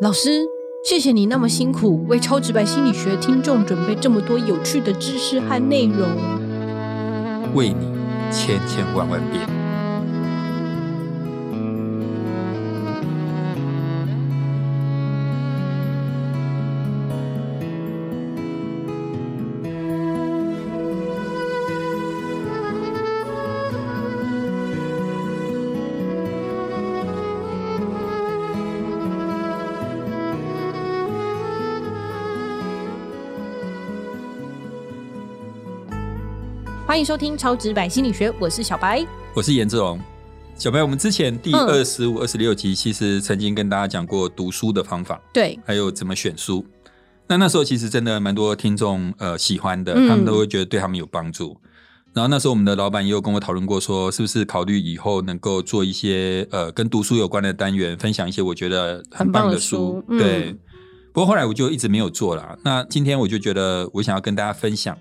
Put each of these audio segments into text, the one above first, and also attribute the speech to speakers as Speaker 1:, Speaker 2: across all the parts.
Speaker 1: 老师，谢谢你那么辛苦，为超直白心理学听众准备这么多有趣的知识和内容。
Speaker 2: 为你千千万万遍。
Speaker 1: 欢迎收听超直白心理学，我是小白。
Speaker 2: 我是颜志荣，小白，我们之前第
Speaker 1: 嗯
Speaker 2: 二十五、二十六集其实曾经跟大家讲过读书的方法，
Speaker 1: 对，
Speaker 2: 还有怎么选书。那那时候其实真的蛮多听众呃喜欢的，
Speaker 1: 嗯
Speaker 2: 他们都会觉得对他们有帮助。然后那时候我们的老板也有跟我讨论过说是不是考虑以后能够做一些呃跟读书有关的单元，分享一些我觉得很棒的书。
Speaker 1: 很棒的书
Speaker 2: 对，
Speaker 1: 嗯
Speaker 2: 不过后来我就一直没有做啦。那今天我就觉得我想要跟大家分享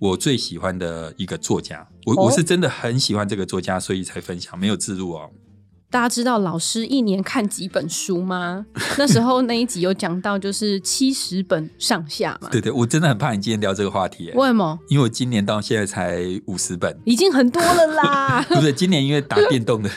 Speaker 2: 我最喜欢的一个作家，我、
Speaker 1: 哦
Speaker 2: 我是真的很喜欢这个作家，所以才分享，没有自入哦。
Speaker 1: 大家知道老师一年看几本书 吗？那时候那一集有讲到，就是七十本上下嘛。
Speaker 2: 对对，我真的很怕你今天聊这个话题耶、
Speaker 1: 为什么？
Speaker 2: 因为我今年到现在才五十本。。
Speaker 1: 已经很多了啦
Speaker 2: 不是，今年因为打电动的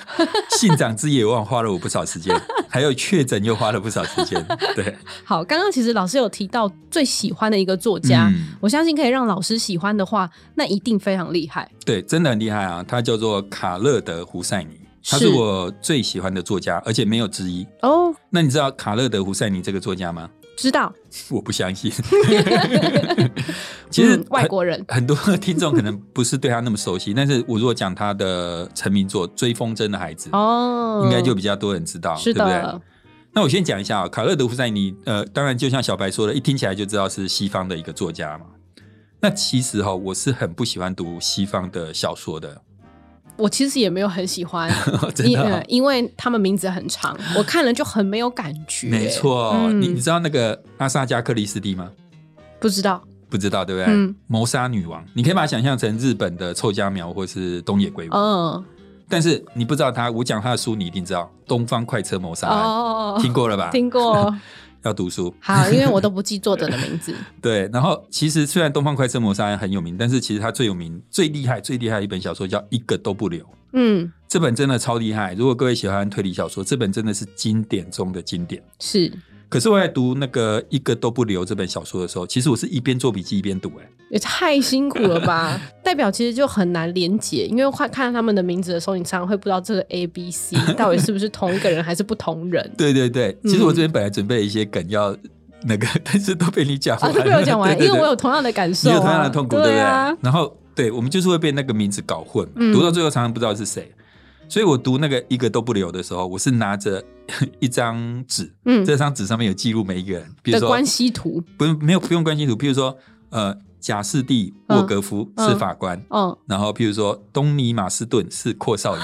Speaker 2: 信长之野望花了我不少时间，还有确诊又花了不少时间。对，
Speaker 1: 好，刚刚其实老师有提到最喜欢的一个作家，
Speaker 2: 嗯，
Speaker 1: 我相信可以让老师喜欢的话，那一定非常厉害。
Speaker 2: 对，真的很厉害啊！他叫做卡勒德·胡塞尼，他是
Speaker 1: 是
Speaker 2: 我最喜欢的作家，而且没有之一。
Speaker 1: 哦，
Speaker 2: 那你知道卡勒德·胡塞尼这个作家吗？
Speaker 1: 知道，我
Speaker 2: 我不 相信。其实
Speaker 1: 嗯、外
Speaker 2: 很
Speaker 1: 国人
Speaker 2: 很多听众可能不是对他那么熟悉，但是我如果讲他的成名作《追风筝的孩子》，
Speaker 1: 哦，
Speaker 2: 应该就比较多人知道，
Speaker 1: 是
Speaker 2: 对不对
Speaker 1: 的？，
Speaker 2: 那我先讲一下啊、卡勒德·胡塞尼，呃，当然就像小白说的，一听起来就知道是西方的一个作家嘛。那其实哈、哦我是很不喜欢读西方的小说的，
Speaker 1: 我其实也没有很喜欢，
Speaker 2: 真
Speaker 1: 因、
Speaker 2: 的啊、
Speaker 1: 呃因为他们名字很长，我看了就很没有感觉。
Speaker 2: 没，错，哦
Speaker 1: 嗯
Speaker 2: 你你知道那个阿萨加克里斯蒂吗？
Speaker 1: 不知道，
Speaker 2: 不知道对不对？
Speaker 1: 嗯
Speaker 2: 谋杀女王，你可以把它想象成日本的臭家苗或是东野圭吾，
Speaker 1: 嗯，
Speaker 2: 但是你不知道他，我讲他的书你一定知道，《东方快车谋杀案》
Speaker 1: 哦，
Speaker 2: 听过了吧？
Speaker 1: 听过，
Speaker 2: 要读书。
Speaker 1: 好，因为我都不记作者的名 字。
Speaker 2: 对，然后其实虽然《东方快车谋杀案》很有名，但是其实他最有名、最厉害、最厉害的一本小说叫《一个都不留》，
Speaker 1: 嗯，
Speaker 2: 这本真的超厉害。如果各位喜欢推理小说，这本真的是经典中的经典。
Speaker 1: 是，
Speaker 2: 可是我在读那个《一个都不留》这本小说的时候，其实我是一边做笔记一边读、欸，。
Speaker 1: 也太辛苦了吧？代表其实就很难连结，因为看看他们的名字的时候，你常常会不知道这个 A、B、C 到底是不是同一个人还是不同人
Speaker 2: 对对对，其实
Speaker 1: 嗯
Speaker 2: 我这边本来准备了一些梗要那个， 但是都被你讲
Speaker 1: 啊，
Speaker 2: 完了，
Speaker 1: 都被我讲完，
Speaker 2: 对对对
Speaker 1: 因为我有同样的感受、
Speaker 2: 你
Speaker 1: 啊，
Speaker 2: 有同样的痛苦，对不
Speaker 1: 对
Speaker 2: 对？
Speaker 1: 啊，
Speaker 2: 然后对我们就是会被那个名字搞混，
Speaker 1: 嗯
Speaker 2: 读到最后常常不知道是谁。所以我读那个一个都不留的时候，我是拿着 一张纸，
Speaker 1: 嗯
Speaker 2: 这张纸上面有记录每一个人，比如
Speaker 1: 的
Speaker 2: 说
Speaker 1: 关系图，
Speaker 2: 不用没有不用关系图，比如说呃贾士蒂沃格夫
Speaker 1: 嗯
Speaker 2: 是法官。
Speaker 1: 嗯，
Speaker 2: 然后，譬如说，东尼马斯顿是阔 少爷，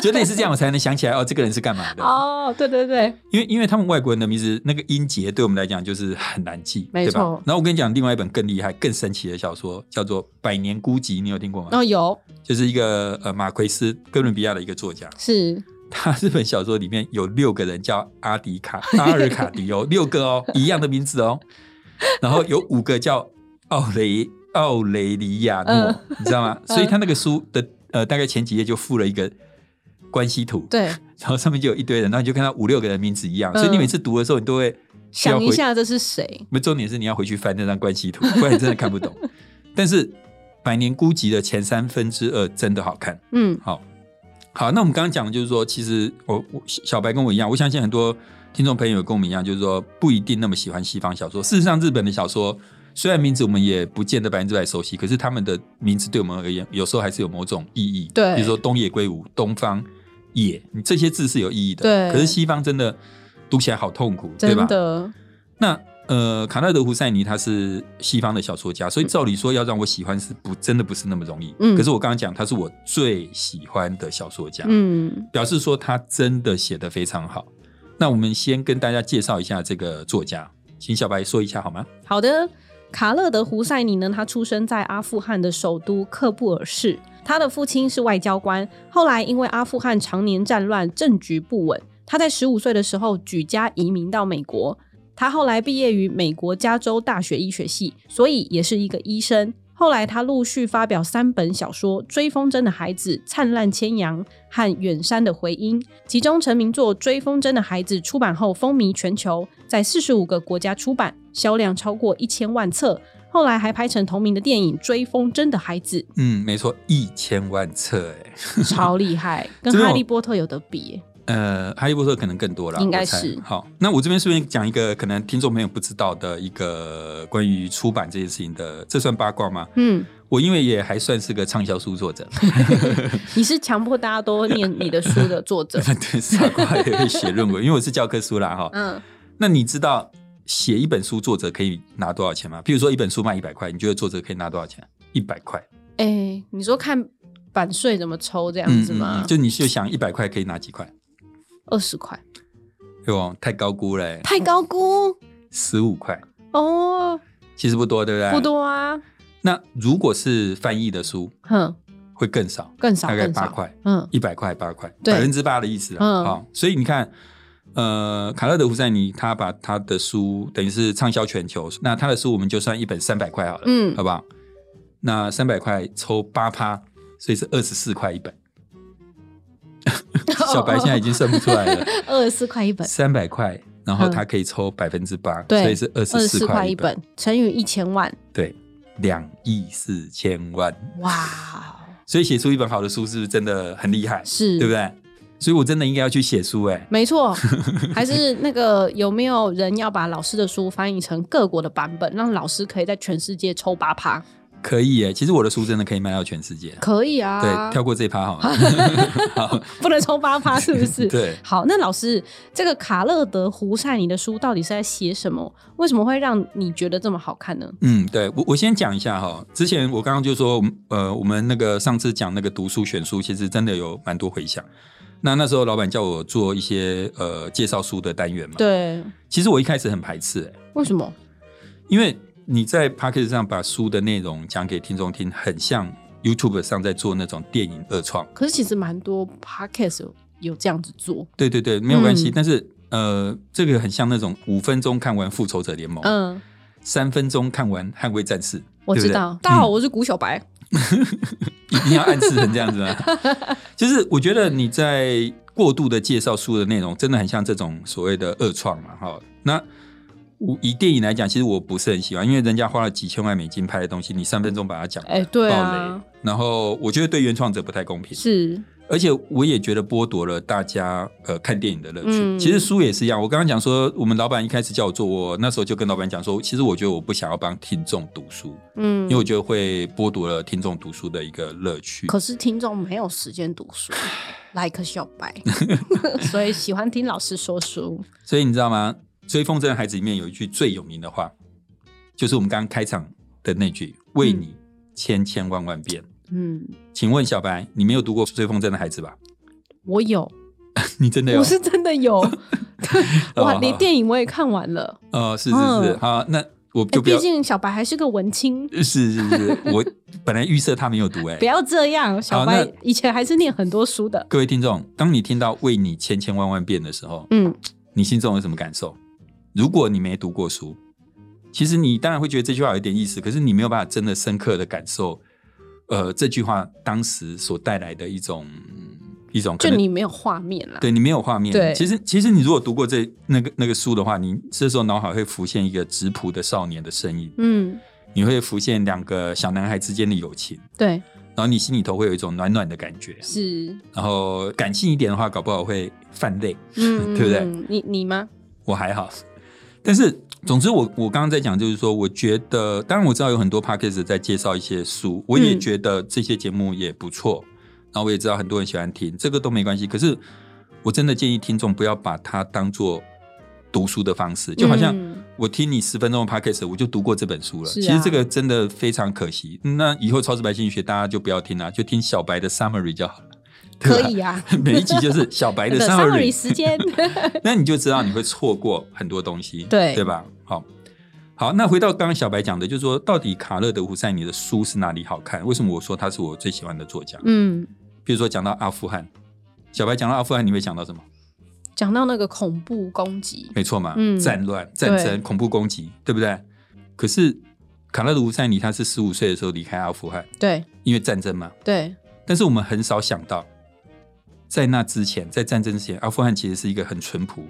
Speaker 2: 就类似这样，我才能想起来哦，这个人是干嘛的？
Speaker 1: 哦，对对对，
Speaker 2: 因为因为他们外国人的名字那个音节对我们来讲就是很难记，
Speaker 1: 没错
Speaker 2: 对吧然后我跟你讲，另外一本更厉害、更神奇的小说叫做《百年孤寂》，你有听过吗？
Speaker 1: 然后哦有
Speaker 2: 就是一个呃马奎斯哥伦比亚的一个作家，
Speaker 1: 是
Speaker 2: 他这本小说里面有六个人叫阿迪卡、 阿尔卡迪哦，六个哦，一样的名字哦。然后有五个叫奥雷奥雷里亚诺，
Speaker 1: 嗯
Speaker 2: 你知道吗？所以他那个书的呃大概前几页就附了一个关系图，
Speaker 1: 对，
Speaker 2: 然后上面就有一堆人，然后你就看到五六个人名字一样，
Speaker 1: 嗯
Speaker 2: 所以你每次读的时候，你都会需要
Speaker 1: 想
Speaker 2: 回
Speaker 1: 一。下这是谁？
Speaker 2: 不，重点是你要回去翻那张关系图， 不然你真的看不懂。但是《百年孤寂》的前三分之二真的好看。
Speaker 1: 嗯，
Speaker 2: 好，好，那我们刚刚讲的就是说，其实我我小白跟我一样，我相信很多听众朋友跟我们一样，就是说不一定那么喜欢西方小说。事实上，日本的小说虽然名字我们也不见得百分之百熟悉，可是他们的名字对我们而言，有时候还是有某种意义。
Speaker 1: 对
Speaker 2: 比如说东野圭吾、东方野，你这些字是有意义的。
Speaker 1: 对
Speaker 2: 可是西方真的读起来好痛苦，对吧
Speaker 1: 真？的，
Speaker 2: 那呃，卡纳德·胡塞尼他是西方的小说家，所以照理说要让我喜欢是不真的不是那么容易。
Speaker 1: 嗯
Speaker 2: 可是我刚刚讲他是我最喜欢的小说家，
Speaker 1: 嗯，
Speaker 2: 表示说他真的写得非常好。那我们先跟大家介绍一下这个作家，请小白说一下好吗？
Speaker 1: 好的，卡勒德·胡塞尼呢，他出生在阿富汗的首都喀布尔市。他的父亲是外交官，后来因为阿富汗常年战乱，政局不稳，他在十五岁的时候举家移民到美国。他后来毕业于美国加州大学医学系，所以也是一个医生。后来他陆续发表三本小说《追风筝的孩子》《灿烂千阳》和《远山的回音》，其中成名作《追风筝的孩子》出版后风靡全球，在四十五个国家出版，销量超过一千万册。后来还拍成同名的电影《追风筝的孩 子
Speaker 2: 嗯，没错，一千万册哎、》，
Speaker 1: 超厉害，跟
Speaker 2: 真的
Speaker 1: 《
Speaker 2: 哦
Speaker 1: 哈利波特》有得比耶、
Speaker 2: 呃，哈利波特可能更多了，
Speaker 1: 应该
Speaker 2: 我猜
Speaker 1: 是
Speaker 2: 好。那我这边顺便讲一个可能听众朋友不知道的一个关于出版这件事情的，这算八卦吗？
Speaker 1: 嗯，
Speaker 2: 我因为也还算是个畅销书作者，。
Speaker 1: 你是强迫大家都念你的书的作者
Speaker 2: 对，傻瓜也会写论 文，因为我是教科书啦哈。
Speaker 1: 嗯，
Speaker 2: 那你知道写一本书作者可以拿多少钱吗？比如说一本书卖一百块，你觉得作者可以拿多少钱？一百块，
Speaker 1: 哎、你说看版税怎么抽这样
Speaker 2: 嗯
Speaker 1: 子吗？
Speaker 2: 就你就想一百块可以拿几块？
Speaker 1: 二十块，
Speaker 2: 哟，太高估了、欸，
Speaker 1: 太高估
Speaker 2: 十五块，
Speaker 1: 哦，
Speaker 2: 其实不多，对不对？
Speaker 1: 不。多啊，
Speaker 2: 那如果是翻译的书，
Speaker 1: 哼，
Speaker 2: 会更少，
Speaker 1: 更少，
Speaker 2: 大概
Speaker 1: 更
Speaker 2: 八
Speaker 1: 少，
Speaker 2: 块，
Speaker 1: 嗯
Speaker 2: 一百块，八块，
Speaker 1: 对
Speaker 2: 百分之八的意思
Speaker 1: 嗯
Speaker 2: 啊。好，所以你看，呃，卡勒德胡塞尼他把他的书等于是畅销全球，那他的书我们就算一本三百块好了，
Speaker 1: 嗯
Speaker 2: 好不好？那三百块抽八趴，所以是二十四块一本。 小白现在已经算不出来了，
Speaker 1: 二十四块一本，
Speaker 2: 三百块，然后他可以抽百分之八，
Speaker 1: 嗯对
Speaker 2: 所以是二
Speaker 1: 二
Speaker 2: 十
Speaker 1: 十
Speaker 2: 四
Speaker 1: 四
Speaker 2: 块
Speaker 1: 块
Speaker 2: 一
Speaker 1: 一
Speaker 2: 本，
Speaker 1: 本乘以一千万，
Speaker 2: 对，两亿四千万。
Speaker 1: 哇，哦
Speaker 2: 所以写出一本好的书，是不是真的很厉害？
Speaker 1: 是，
Speaker 2: 对不？对？所以我真的应该要去写书哎、
Speaker 1: 没 错，还是那个有没有人要把老师的书翻译成各国的版本，让老师可以在全世界抽八趴？
Speaker 2: 可以哎、其实我的书真的可以卖到全世界。
Speaker 1: 可以啊，
Speaker 2: 对，跳过这一趴好了。 好，
Speaker 1: 不能抽八趴，是不是？
Speaker 2: 对，
Speaker 1: 好，那老师，这个卡勒德胡塞尼的书到底是在写什么？为什么会让你觉得这么好看呢？
Speaker 2: 嗯，对我我先讲一下哈，之前我刚刚就说，呃，我们那个上次讲那个读书选书，其实真的有蛮多回响。那那时候老板叫我做一些呃介绍书的单元嘛，
Speaker 1: 对，
Speaker 2: 其实我一开始很排斥、欸，
Speaker 1: 为什么？
Speaker 2: 因为你在 p a c k e t 上把书的内容讲给听众听，很像 YouTube 上在做那种电影二创。
Speaker 1: 可是其实蛮多 podcast 有有这样子做，
Speaker 2: 对对对，没有关系。
Speaker 1: 嗯
Speaker 2: 但是呃，这个很像那种五分钟看完《复仇者联盟》
Speaker 1: 嗯，
Speaker 2: 三分钟看完《捍卫战士》，
Speaker 1: 我
Speaker 2: 对不嗯
Speaker 1: 知
Speaker 2: 对
Speaker 1: 道。大家好，我是谷小白。
Speaker 2: 一定要暗示成这样子啊。 就是我觉得你在过度的介绍书的内容，真的很像这种所谓的恶创嘛，哈。那我以电影来讲，其实我不是很喜欢，因为人家花了几千万美金拍的东西，你三分钟把它讲完，
Speaker 1: 哎对啊
Speaker 2: 爆雷。然后我觉得对原创者不太公平，
Speaker 1: 是，
Speaker 2: 而且我也觉得剥夺了大家呃看电影的乐趣。
Speaker 1: 嗯
Speaker 2: 其实书也是一样，我刚刚讲说，我们老板一开始叫我做，我那时候就跟老板讲说，其实我觉得我不想要帮听众读书，
Speaker 1: 嗯
Speaker 2: 因为我觉得会剥夺了听众读书的一个乐趣。
Speaker 1: 可是听众没有时间读 书，like 小 白，所以喜欢听老师说书。
Speaker 2: 所以你知道吗？《追风筝的孩子》里面有一句最有名的话，就是我们刚刚开场的那句“为你千千万万遍”
Speaker 1: 嗯，
Speaker 2: 请问小白，你没有读过《追风筝的孩子》吧？
Speaker 1: 我有，
Speaker 2: 你真的有？
Speaker 1: 我是真的 有，哇，
Speaker 2: 啊哦
Speaker 1: 连电影我也看完了。
Speaker 2: 呃，是是是，
Speaker 1: 嗯
Speaker 2: 好，那我
Speaker 1: 哎
Speaker 2: 就不
Speaker 1: 毕
Speaker 2: 要。
Speaker 1: 竟小白还是个文青，
Speaker 2: 是是 是，我本来预设他没有读哎、
Speaker 1: 不要这样。小白
Speaker 2: 啊那
Speaker 1: 以前还是念很多书的，
Speaker 2: 各位听众，当你听到“为你千千万万遍”的时候，
Speaker 1: 嗯，
Speaker 2: 你心中有什么感受？如果你没读过书，其实你当然会觉得这句话有一点意思，可是你没有办法真的深刻的感受，呃，这句话当时所带来的一种一种可
Speaker 1: 就
Speaker 2: 能，
Speaker 1: 你没有画面啦。
Speaker 2: 对你没有画面。
Speaker 1: 对
Speaker 2: 其实其实你如果读过这那个那个书的话，你这时候脑海会浮现一个质朴的少年的身影，
Speaker 1: 嗯，
Speaker 2: 你会浮现两个小男孩之间的友情，
Speaker 1: 对，
Speaker 2: 然后你心里头会有一种暖暖的感觉，
Speaker 1: 是，
Speaker 2: 然后感性一点的话，搞不好会泛泪。
Speaker 1: 嗯，
Speaker 2: 对不对
Speaker 1: 嗯？你你吗？
Speaker 2: 我还好。但是，总之我，我刚刚在讲，就是说，我觉得，当然我知道有很多 p a c k a g e 在介绍一些书，我也觉得这些节目也不错，然后我也知道很多人喜欢听，这个都没关系。可是，我真的建议听众不要把它当做读书的方式，就好像
Speaker 1: 嗯
Speaker 2: 我听你十分钟的 p a c k a g e 我就读过这本书了。
Speaker 1: 是啊
Speaker 2: 其实这个真的非常可惜。嗯那以后超直白心理学大家就不要听了、就听小白的 summary 就好了。
Speaker 1: 可
Speaker 2: 对吧
Speaker 1: 以啊。
Speaker 2: 每一集就是小 白的
Speaker 1: summary 时间，
Speaker 2: 那你就知道你会错过很多东西，
Speaker 1: 对
Speaker 2: 对吧？好，好，那回到刚刚小白讲的，就是说，到底卡勒德胡塞尼的书是哪里好看？为什么我说他是我最喜欢的作家？
Speaker 1: 嗯，
Speaker 2: 比如说讲到阿富汗，小白讲到阿富汗，你会想到什么？
Speaker 1: 讲到那个恐怖攻击，
Speaker 2: 没错嘛，
Speaker 1: 嗯
Speaker 2: 战乱、战
Speaker 1: 对
Speaker 2: 争、恐怖攻击，对不对？可是卡拉卢塞尼他是十五岁的时候离开阿富汗，
Speaker 1: 对
Speaker 2: 因为战争嘛。
Speaker 1: 对，
Speaker 2: 但是我们很少想到，在那之前，在战争之前，阿富汗其实是一个很淳朴、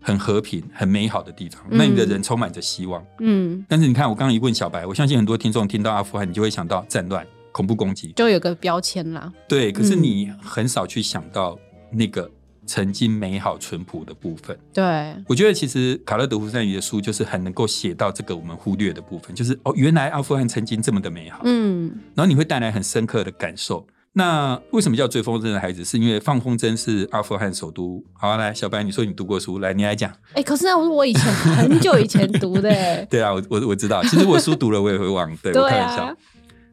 Speaker 2: 很和平、很美好的地方，
Speaker 1: 嗯
Speaker 2: 那里的人充满着希望。
Speaker 1: 嗯，
Speaker 2: 但是你看，我刚刚一问小白，我相信很多听众听到阿富汗，你就会想到战乱、恐怖攻击，
Speaker 1: 就有个标签啦，
Speaker 2: 对。可是
Speaker 1: 嗯
Speaker 2: 你很少去想到那个曾经美好淳朴的部分。
Speaker 1: 对，
Speaker 2: 我觉得其实卡勒德胡塞尼的书就是很能够写到这个我们忽略的部分，就是哦，原来阿富汗曾经这么的美好，
Speaker 1: 嗯
Speaker 2: 然后你会带来很深刻的感受。那为什么叫追风筝的孩子？是因为放风筝是阿富汗首都。好、啊，来，小白，你说你读过书，来，你来讲。
Speaker 1: 哎、可是那是我以前很久以前 读的、欸，
Speaker 2: 对啊，我我我知道，其实我书读了，我也 会忘。对我
Speaker 1: 对
Speaker 2: 开玩
Speaker 1: 啊
Speaker 2: 笑。，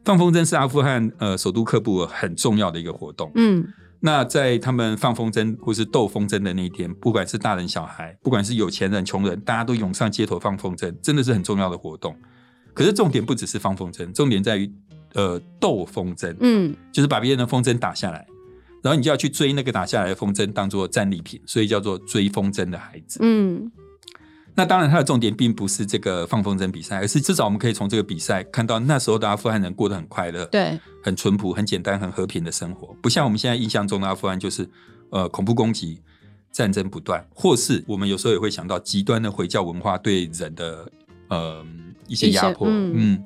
Speaker 2: 放风筝是阿富汗呃首都喀布尔很重要的一个活动。
Speaker 1: 嗯
Speaker 2: 那在他们放风筝或是斗风筝的那一天，不管是大人小孩，不管是有钱人穷人，大家都涌上街头放风筝，真的是很重要的活动。可是重点不只是放风筝，重点在于呃斗风筝，
Speaker 1: 嗯，
Speaker 2: 就是把别人的风筝打下来，然后你就要去追那个打下来的风筝，当做战利品，所以叫做追风筝的孩子。
Speaker 1: 嗯
Speaker 2: 那当然，它的重点并不是这个放风筝比赛，而是至少我们可以从这个比赛看到那时候的阿富汗人过得很快乐，
Speaker 1: 对，
Speaker 2: 很淳朴、很简单、很和平的生活，不像我们现在印象中的阿富汗就是呃恐怖攻击、战争不断，或是我们有时候也会想到极端的回教文化对人的呃一些
Speaker 1: 一些
Speaker 2: 压迫，
Speaker 1: 嗯
Speaker 2: 嗯。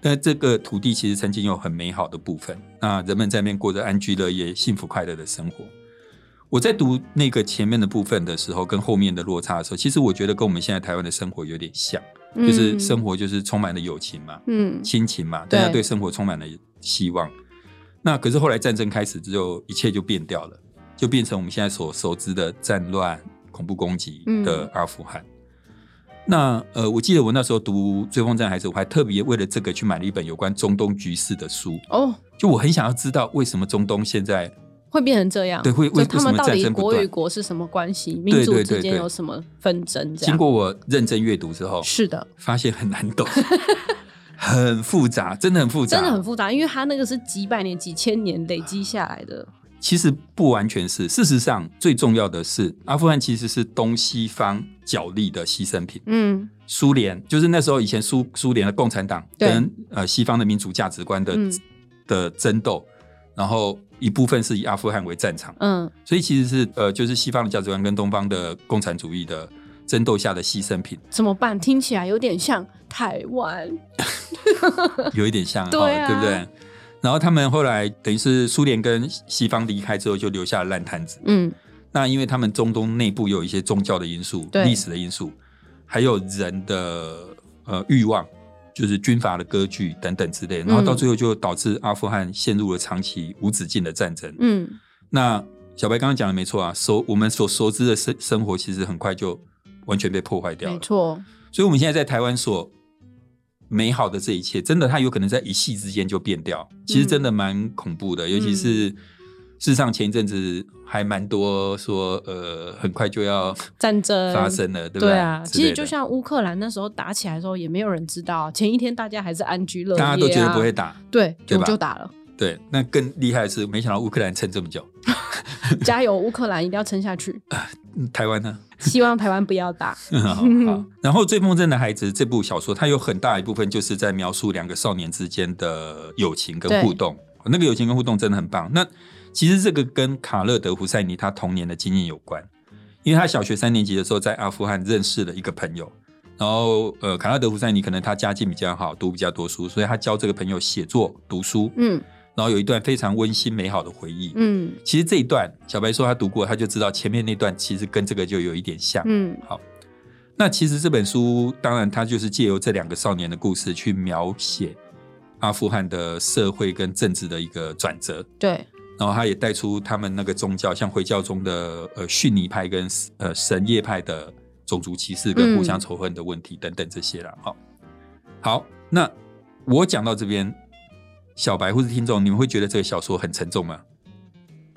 Speaker 2: 但这个土地其实曾经有很美好的部分，那人们在那边过着安居乐业、幸福快乐的生活。我在读那个前面的部分的时候，跟后面的落差的时候，其实我觉得跟我们现在台湾的生活有点像，就是
Speaker 1: 嗯
Speaker 2: 生活就是充满了友情嘛，
Speaker 1: 嗯
Speaker 2: 亲情嘛，
Speaker 1: 对
Speaker 2: 大家对生活充满了希望。那可是后来战争开始之后，一切就变掉了，就变成我们现在所熟知的战乱、恐怖攻击
Speaker 1: 嗯
Speaker 2: 的阿富汗。那呃，我记得我那时候读《追风筝孩子》，我还特别为了这个去买了一本有关中东局势的书，
Speaker 1: 哦，
Speaker 2: 就我很想要知道为什么中东现在
Speaker 1: 会变成这样，
Speaker 2: 对会
Speaker 1: 就
Speaker 2: 为
Speaker 1: 他们
Speaker 2: 为什么
Speaker 1: 到
Speaker 2: 战
Speaker 1: 底
Speaker 2: 争不
Speaker 1: 国与
Speaker 2: 断
Speaker 1: 国是什么关系，民族
Speaker 2: 对对
Speaker 1: 之间
Speaker 2: 对
Speaker 1: 有什么纷争，这
Speaker 2: 经
Speaker 1: 样
Speaker 2: 过我认真阅读之后，
Speaker 1: 是的。
Speaker 2: 发现很难懂， 很复杂，真的很复杂，
Speaker 1: 真的很复杂，因为它那个是几百年、几千年累积下来的。
Speaker 2: 其实不完全是，事实上最重要的是，阿富汗其实是东西方角力的牺牲品。
Speaker 1: 嗯
Speaker 2: 苏联就是那时候以前苏苏联的共产党
Speaker 1: 对
Speaker 2: 跟呃西方的民主价值观的、
Speaker 1: 嗯
Speaker 2: 的争斗，然后一部分是以阿富汗为战场，
Speaker 1: 嗯
Speaker 2: 所以其实是呃就是西方的价值观跟东方的共产主义的争斗下的牺牲 品，
Speaker 1: 怎么办？听起来有点像台湾。
Speaker 2: 有一点像，
Speaker 1: 对
Speaker 2: 哦
Speaker 1: 啊
Speaker 2: 对不对？然后他们后来等于是苏联跟西方离开之后，就留下了烂摊子。
Speaker 1: 嗯
Speaker 2: 那因为他们中东内部有一些宗教的因素、
Speaker 1: 对
Speaker 2: 历史的因素，还有人的呃欲望，就是军阀的割据等等之类，
Speaker 1: 嗯
Speaker 2: 然后到最后就导致阿富汗陷入了长期无止境的战争。
Speaker 1: 嗯，
Speaker 2: 那小白刚刚讲的没错啊，熟我们所熟知的生生活其实很快就完全被破坏掉
Speaker 1: 没
Speaker 2: 了。
Speaker 1: 错。
Speaker 2: 所以我们现在在台湾所美好的这一切，真的它有可能在一夕之间就变掉，其实
Speaker 1: 嗯
Speaker 2: 真的蛮恐怖的，尤其是。事实上，前一阵子还蛮多说，呃，很快就要
Speaker 1: 战争
Speaker 2: 发生了，对不
Speaker 1: 呃对啊，
Speaker 2: 之
Speaker 1: 其
Speaker 2: 类
Speaker 1: 实
Speaker 2: 的
Speaker 1: 就像乌克兰那时候打起来的时候，也没有人知道，前一天大家还是安居乐业、
Speaker 2: 大
Speaker 1: 啊，
Speaker 2: 家都觉得不会打，
Speaker 1: 对，
Speaker 2: 对
Speaker 1: 就
Speaker 2: 吧
Speaker 1: 就打了。
Speaker 2: 对。那更厉害的是，没想到乌克兰撑这么久，
Speaker 1: 加油，乌克兰一定要撑下去，
Speaker 2: 嗯台湾呢？
Speaker 1: 希望台湾不要打。
Speaker 2: 好好然后《追风筝的孩子》这部小说，它有很大一部分就是在描述两个少年之间的友情跟互动。那个友情跟互动真的很棒。那其实这个跟卡勒德胡塞尼他童年的经验有关，因为他小学三年级的时候在阿富汗认识了一个朋友，然后呃，卡勒德胡塞尼可能他家境比较好，读比较多书，所以他教这个朋友写作、读书，
Speaker 1: 嗯
Speaker 2: 然后有一段非常温馨美好的回忆。
Speaker 1: 嗯
Speaker 2: 其实这一段小白说他读过，他就知道前面那段其实跟这个就有一点像。
Speaker 1: 嗯
Speaker 2: 那其实这本书，当然它就是借由这两个少年的故事去描写阿富汗的社会跟政治的一个转折，
Speaker 1: 对，
Speaker 2: 然后它也带出他们那个宗教，像回教中的呃逊尼派跟呃什叶派的种族歧视跟
Speaker 1: 嗯
Speaker 2: 互相仇恨的问题等等这些啦。好、好，那我讲到这边，小白或是听众，你们会觉得这个小说很沉重吗？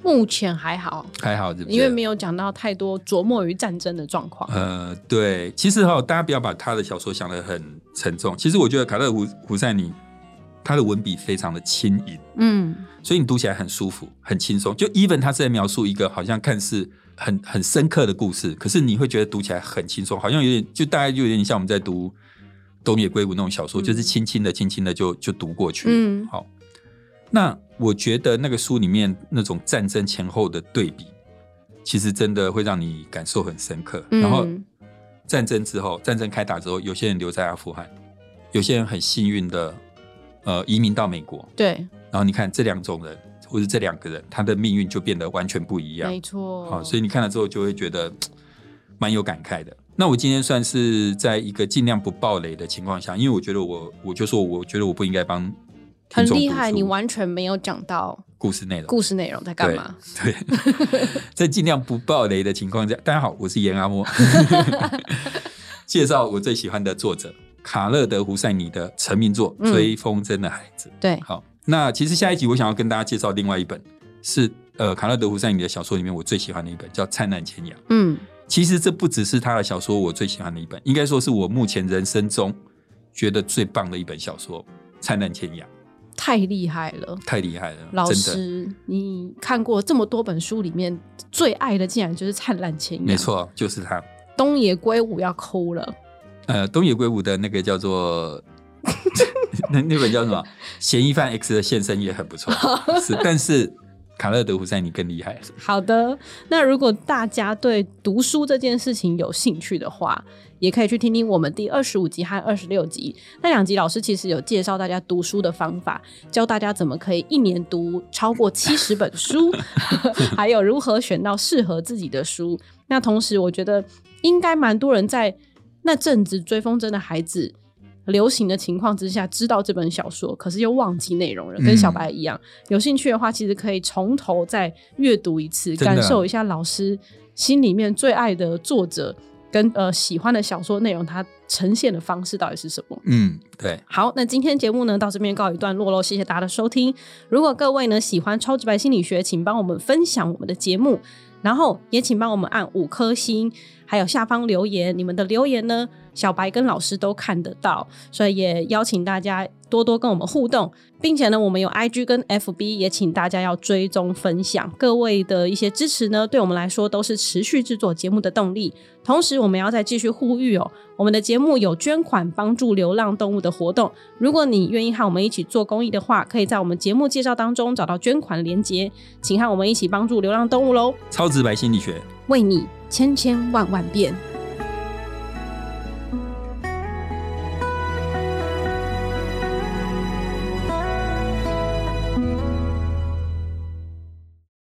Speaker 1: 目前还好，
Speaker 2: 还好，是不是？
Speaker 1: 因为没有讲到太多琢磨于战争的状况。
Speaker 2: 呃，对，其实哈、大家不要把他的小说想得很沉重。其实我觉得卡勒胡胡塞尼他的文笔非常的轻盈，
Speaker 1: 嗯
Speaker 2: 所以你读起来很舒服、很轻松。就 even 他是在描述一个好像看似很很深刻的故事，可是你会觉得读起来很轻松，好像有点就大概就有点像我们在读东野圭吾那种小说，
Speaker 1: 嗯
Speaker 2: 就是轻轻的、轻轻的就就读过去。
Speaker 1: 嗯
Speaker 2: 好。那我觉得那个书里面那种战争前后的对比，其实真的会让你感受很深刻。
Speaker 1: 嗯
Speaker 2: 然后战争之后，战争开打之后，有些人留在阿富汗，有些人很幸运的呃移民到美国。
Speaker 1: 对，
Speaker 2: 然后你看这两种人，或者这两个人，他的命运就变得完全不一样
Speaker 1: 没。错。
Speaker 2: 好、所以你看了之后就会觉得蛮有感慨的。那我今天算是在一个尽量不暴雷的情况下，因为我觉得我我就说我觉得我不应该帮听
Speaker 1: 很
Speaker 2: 众
Speaker 1: 厉
Speaker 2: 读
Speaker 1: 害，
Speaker 2: 出
Speaker 1: 你完全没有讲到
Speaker 2: 故事内容
Speaker 1: 故事内容在干嘛。
Speaker 2: 对，对在尽量不暴雷的情况下，大家好，我是严 阿莫，介绍我最喜欢的作者卡勒德·胡塞尼的成名作
Speaker 1: 嗯
Speaker 2: 《追风筝的孩子》。
Speaker 1: 对，
Speaker 2: 好，那其实下一集我想要跟大家介绍另外一本是呃卡勒德·胡塞尼的小说里面我最喜欢的一本，叫《灿烂前阳》。
Speaker 1: 嗯，
Speaker 2: 其实这不只是他的小说我最喜欢的一本，应该说是我目前人生中觉得最棒的一本小说，《灿烂前阳》
Speaker 1: 太厉害了。
Speaker 2: 太厉害了，
Speaker 1: 老
Speaker 2: 真的。
Speaker 1: 师，你看过这么多本书里面，最爱的竟然就是《灿烂前阳》。
Speaker 2: 没，错，就是他。
Speaker 1: 东野圭吾要哭了。
Speaker 2: 呃，东野圭吾的那个叫做那那本 叫什么《嫌疑犯 X 的现身》也很不错，是，但是卡勒德胡塞尼更厉害。
Speaker 1: 好的，那如果大家对读书这件事情有兴趣的话，也可以去听听我们第二十五集和二十六集那两集，老师其实有介绍大家读书的方法，教大家怎么可以一年读超过七十本书，还有如何选到适合自己的书。那同时，我觉得应该蛮多人在那阵子追风筝的孩子。流行的情况之下，知道这本小说，可是又忘记内容了，跟小白一样。有兴趣的话，其实可以从头再阅读一次，
Speaker 2: 真的啊
Speaker 1: 感受一下老师心里面最爱的作者跟呃喜欢的小说内容，它呈现的方式到底是什么。
Speaker 2: 嗯，对，
Speaker 1: 好，那今天节目呢到这边告一段落喽，谢谢大家的收听。如果各位呢喜欢超直白心理学，请帮我们分享我们的节目，然后也请帮我们按五颗星，还有下方留言。你们的留言呢，小白跟老师都看得到，所以也邀请大家多多跟我们互动，并且呢，我们有 IG 跟 FB，也请大家要追踪分享。各位的一些支持呢，对我们来说都是持续制作节目的动力。同时，我们要再继续呼吁哦，我们的节目有捐款帮助流浪动物的活动。如果你愿意和我们一起做公益的话，可以在我们节目介绍当中找到捐款连结，请和我们一起帮助流浪动物喽，
Speaker 2: 超直白心理学，
Speaker 1: 为你千千万万遍。